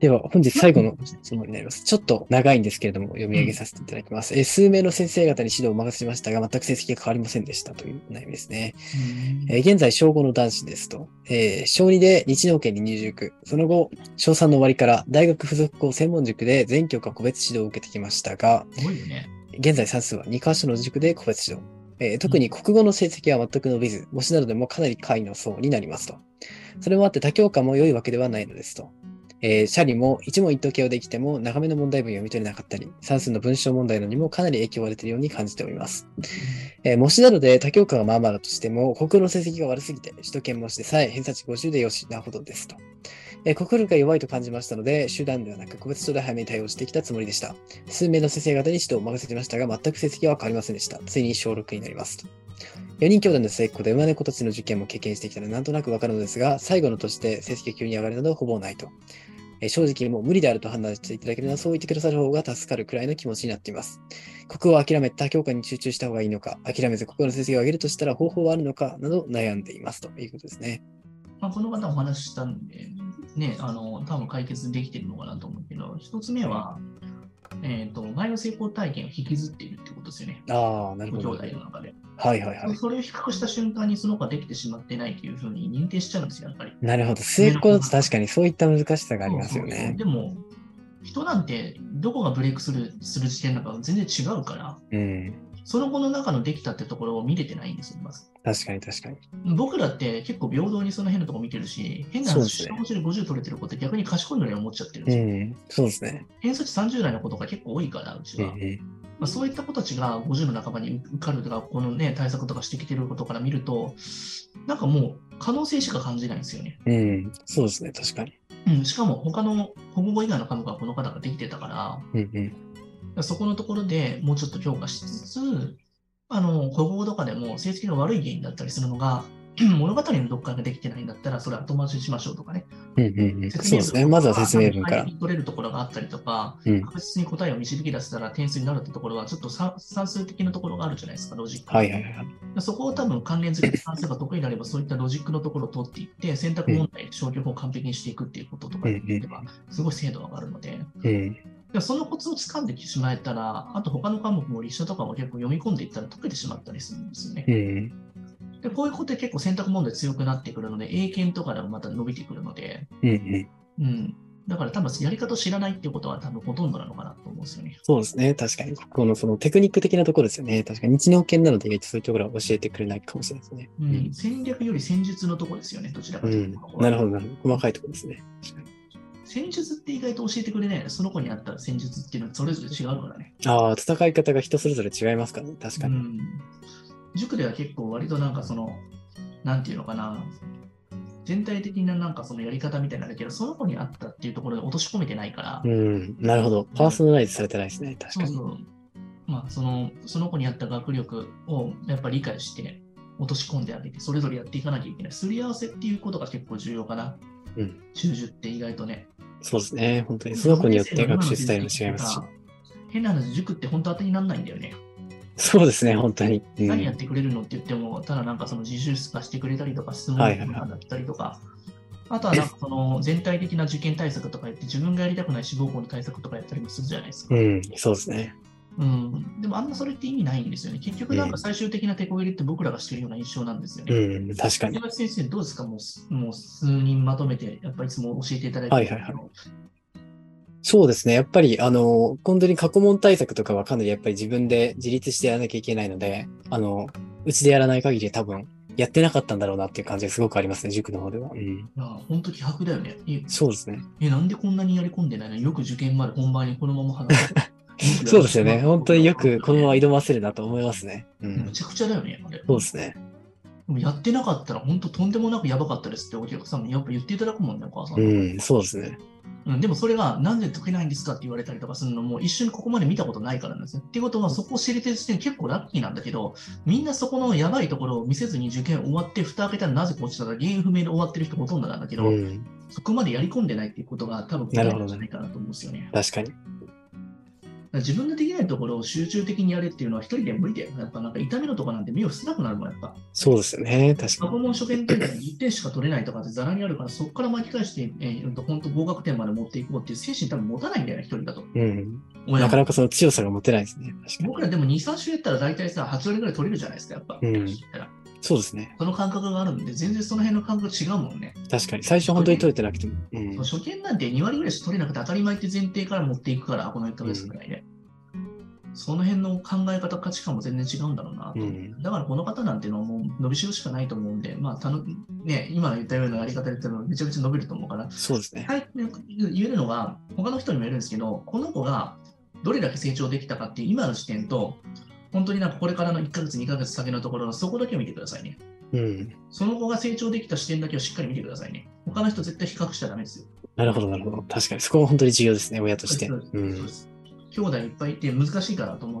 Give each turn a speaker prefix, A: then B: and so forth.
A: では、本日最後の質問になります。ちょっと長いんですけれども、読み上げさせていただきます。えー数名の先生方に指導を任せましたが、全く成績が変わりませんでしたというお悩みですね。えー現在、小5の男子ですと、えー小2で日農研に入塾、その後、小3の終わりから大学附属校専門塾で全教科個別指導を受けてきましたが、
B: すごいよね。
A: 現在算数は2カ所の塾で個別指導。えー特に国語の成績は全く伸びず、模試などでもかなり下位の層になりますと。それもあって多教科も良いわけではないのですと。えー、シャリも一問一答形をできても長めの問題文を読み取れなかったり、算数の文章問題などにもかなり影響が出ているように感じております。えー模試などで多教科がまあまあだとしても、国語の成績が悪すぎて、首都圏模試でさえ偏差値50でよしなほどですと。えー国語が弱いと感じましたので、集団ではなく個別指導で早めに対応してきたつもりでした。数名の先生方に指導を任せていましたが、全く成績は変わりませんでした。ついに小6になりますと。4人兄弟の末っ子で生まれ子たちの受験も経験してきたので、なんとなくわかるのですが、最後の年で成績が急に上がるなどはほぼないと。えー正直もう無理であると判断していただけるならそう言ってくださる方が助かるくらいの気持ちになっています。国語を諦めた教科に集中した方がいいのか、諦めず国語の成績を上げるとしたら方法はあるのかなど悩んでいますということですね。
B: まあ、この方お話ししたんで、ね、あの、多分解決できてるのかなと思うけど、一つ目は、えっ、と、前の成功体験を引きずっているってことですよね。
A: ああ、なる
B: ご
A: ほど。
B: 兄弟
A: はい
B: の中で。
A: はいはい。
B: それを比較した瞬間にその子ができてしまってないというふうに認定しちゃうんですよ、やっぱり。
A: なるほど。末っ子だと確かにそういった難しさがありますよ
B: そうそうそう
A: ね。
B: でも、人なんてどこがブレイクするする時点なんか全然違うから、
A: うん。
B: その子の中のできたってところを見れてないんですよ、まず。
A: 確かに確かに。
B: 僕らって結構平等にその変なとこ見てるし、変な
A: そうで
B: 話、
A: すね
B: 下文字で50取れてる子って逆に賢いのに思っちゃってるんです
A: う
B: よ。
A: ん。そうですね。
B: 偏差値30代の子とか結構多いから、うち
A: うん
B: は。まあ、そういった子たちが50の半ばに受かるとか、このね、対策とかしてきてることから見ると、なんかもう可能性しか感じないんですよね。
A: うん。うん。そうですね。確かに。
B: うん、しかも他の国語以外の科目はこの方ができてたから、
A: うん
B: そこのところでもうちょっと強化しつつ、あの国語とかでも成績の悪い原因だったりするのが、 物語のどっかができてないんだったら、それは後回しにしましょうとかね。
A: うん。うんうんうん。
B: 説
A: そ
B: 明
A: うですね。まずは説明文から
B: あの。取れるところがあったりとか、
A: うん。
B: 確実に答えを導き出せたら点数になるってところは、ちょっと算算数的なところがあるじゃないですか、ロジック。
A: はいはいはい。
B: そこを多分関連付けて算数が得意になれば、そういったロジックのところを取っていって、選択問題、消去法を完璧にしていくっていうこととかでいれば、すごい精度が上がるので。
A: うん。
B: でそのコツを掴んでしまえたら、あと他の科目も立書とかも結構読み込んでいったら解けてしまったりするんですよね
A: う。ん。
B: でこういうことで結構選択問題強くなってくるので、英検とかでもまた伸びてくるので、
A: うんうん。
B: うん。だから多分やり方を知らないっていうことは多分ほとんどなのかなと思うんですよね。
A: そうですね。確かに。ここのそのテクニック的なところですよね。確かに。日農研なので、意外とそういうところは教えてくれないかもしれないですね。
B: うん。戦略より戦術のとこですよね、どちらか
A: う
B: というんと。。
A: なるほど、なるほど。細かいところですね。確かに
B: 戦術って意外と教えてくれない。その子にあった戦術っていうのはそれぞれ違うからね。
A: ああ、戦い方が人それぞれ違いますからね。確か
B: う
A: に。
B: ん、塾では結構割となんかその、なんていうのかな、全体的ななんかそのやり方みたいなんだけど、その子にあったっていうところで落とし込めてないから、
A: うん。なるほど。パーソナライズされてないですね。確
B: そう
A: かに。
B: そうまあ、そのその子にあった学力をやっぱり理解して、落とし込んであげて、それぞれやっていかなきゃいけない。すり合わせっていうことが結構重要かな。
A: うん
B: 中受って意外とね。
A: そうですね。本当に。その子によって学習スタイルも違いますし。。
B: 変な話、塾って本当当てにならないんだよね。
A: そうですね。本当に。う
B: 何やっ
A: ん。
B: てくれるのって言っても、ただなんかその自習室化してくれたりとか、質問
A: はい
B: と
A: はいはい
B: かだったりとか、あとはなんかその全体的な受験対策とかやって、自分がやりたくない志望校の対策とかやったりもするじゃないですか。
A: うん。そうですね。
B: うん、でもあんまそれって意味ないんですよね。結局なんか最終的な手こ入れって僕らがしてるような印象なんですよね。
A: うん。確か
B: 山
A: に。
B: 口先生、どうですかもうすもう数人まとめて、やっぱりいつも教えていただいてるんですけ
A: は
B: ど、
A: いはいそうですね。やっぱり、あの、本当に過去問対策とかはかなりやっぱり自分で自立してやらなきゃいけないので、あの、うちでやらない限り多分やってなかったんだろうなっていう感じがすごくありますね、塾の方では。うん。
B: いや本当気迫だよねえ。
A: そうですね。
B: え、なんでこんなにやり込んでないのよく受験まで本番にこのまま話し て
A: そうですよね。本当によくこのまま挑ませるなと思いますね。う
B: め
A: ん。
B: ちゃくちゃだよね、あれ。
A: そうですね。
B: でもやってなかったら、本当とんでもなくやばかったですってお客さんにやっぱ言っていただくもんね、お母さん。
A: うん、そうですね。
B: うんでもそれが、なんで解けないんですかって言われたりとかするのも、一瞬ここまで見たことないからなんですね。っていうことは、そこを知れてる時点で結構ラッキーなんだけど、みんなそこのやばいところを見せずに受験終わって、蓋開けたらなぜこうしたら原因不明で終わってる人ほとんどなんだけど、
A: うん、
B: そこまでやり込んでないっていうことが多分
A: なるほど
B: じゃないかなと思うんですよね。
A: 確かに。
B: ら自分のできないところを集中的にやれっていうのは一人で無理だよ。やっぱなんか痛みのとかなんて目を伏せなくなるもん、やっぱ。
A: そうですよね。確
B: 過
A: か
B: 去問初見点で1点しか取れないとかってざらにあるから、そこから巻き返して、えー、本当合格点まで持っていこうっていう精神多分持たないんだよね、一人だと。
A: に。うん。
B: 思いな
A: な
B: が
A: からなかその強さが持てないですね。確か
B: 僕らでも2、3週やったら大体さ、8割ぐらい取れるじゃないですか、やっぱ。
A: うんに。そうですね。
B: その感覚があるんで、全然その辺の感覚違うもんね。
A: 確かに。最初本当に取れてなくても。うん。
B: 初見なんて2割ぐらいしか取れなくて当たり前って前提から持っていくから、この1ヶ月くらいで。その辺の考え方、価値観も全然違うんだろうなと。
A: うん。
B: だからこの方なんていうのはもう伸びしろしかないと思うんで、まあたのね、今言ったようなやり方で言ったらめちゃくちゃ伸びると思うから、
A: そうですね。
B: はい、よく言えるのが、他の人にも言えるんですけど、この子がどれだけ成長できたかっていう今の視点と、本当になんかこれからの1ヶ月、2ヶ月先のところのそこだけを見てくださいね。
A: うん。
B: その子が成長できた視点だけをしっかり見てくださいね。他の人絶対比較しちゃダメですよ。
A: なるほど、なるほど。確かに。そこは本当に重要ですね。親として。
B: そうです
A: う
B: そうんで。す兄弟いっぱいいて難しいかなと思うんです